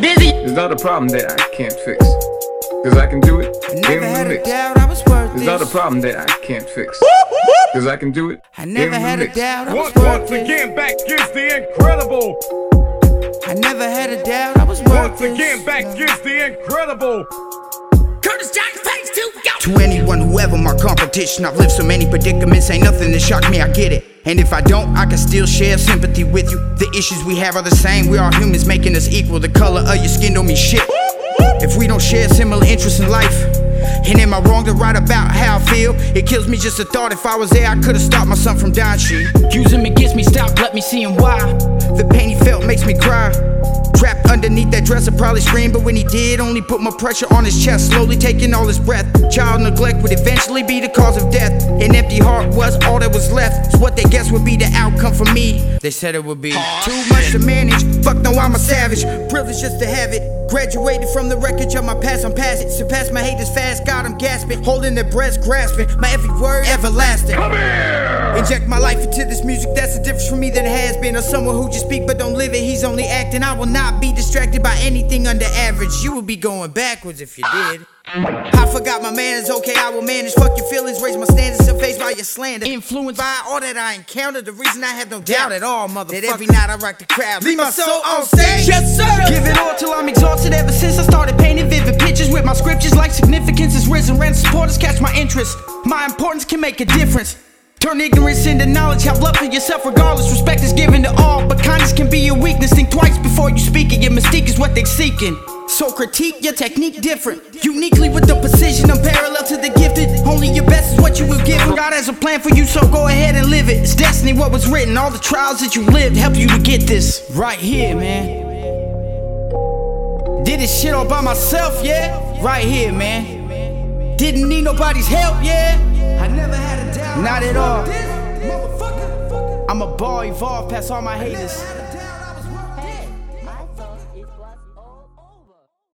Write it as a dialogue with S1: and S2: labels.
S1: not a problem that I can't fix. Cause I can do it in
S2: Never
S1: the
S2: had a
S1: mix.
S2: doubt I was worth
S1: It's not a
S2: this.
S1: problem that I can't fix. Cause I can do it.
S2: I never
S1: in the
S2: had a
S1: mix.
S2: doubt I was
S3: Once,
S2: worth
S3: once
S2: this.
S3: again, back is the incredible.
S2: I never had a doubt I was worth
S3: Once
S2: this.
S3: again, back is the incredible.
S4: Curtis Jackson, phase two, go.
S5: To anyone who ever my competition, I've lived so many predicaments, ain't nothing that shocked me, I get it. And if I don't, I can still share sympathy with you. The issues we have are the same, we are humans making us equal. The color of your skin don't mean shit. If we don't share similar interests in life, and am I wrong to write about how I feel? It kills me just the thought if I was there, I could've stopped my son from dying. She
S6: Use him against me, stop, let me see him why.
S5: The pain he felt makes me cry. Trapped underneath that dresser, probably screamed, but when he did, only put more pressure on his chest, slowly taking all his breath. Child neglect would eventually be the cause of death. An empty heart was all that was left. So what they guessed would be the outcome for me.
S6: They said it would be.
S5: Too much to manage. Fuck no, I'm a savage. Privileged just to have it. Graduated from the wreckage of my past, I'm past it. Surpassed my haters fast, God, I'm gasping. Holding their breath, grasping. My every word everlasting. Inject my life into this music, that's the difference for me than it has been. Or someone who just speak but don't live it, he's only acting. I will not be distracted by anything under average. You would be going backwards if you did. I forgot my manners, okay, I will manage. Fuck your feelings, raise my standards, faced by your slander. Influenced by all that I encountered, the reason I have no doubt at all, motherfucker. That every night I rock the crowd, leave my soul on stage.
S6: Yes, sir. Give it all till I'm exhausted. Ever since I started painting vivid pictures with my scriptures, like significance is risen. Rent supporters catch my interest. My importance can make a difference. Turn ignorance into knowledge. Have love for yourself regardless. Respect is given to all, but kindness can be a weakness. Think twice before you speak it. Your mystique is what they seeking. So critique your technique different. Uniquely with the precision, I'm parallel to the gifted. Only your best is what you will give. God has a plan for you, so go ahead and live it. It's destiny, what was written. All the trials that you lived helped you to get this right here, man. Did this shit all by myself, yeah? Right here, man. Didn't need nobody's help, yeah? I never had a doubt. Not at all. I'm a ball evolved past all my haters.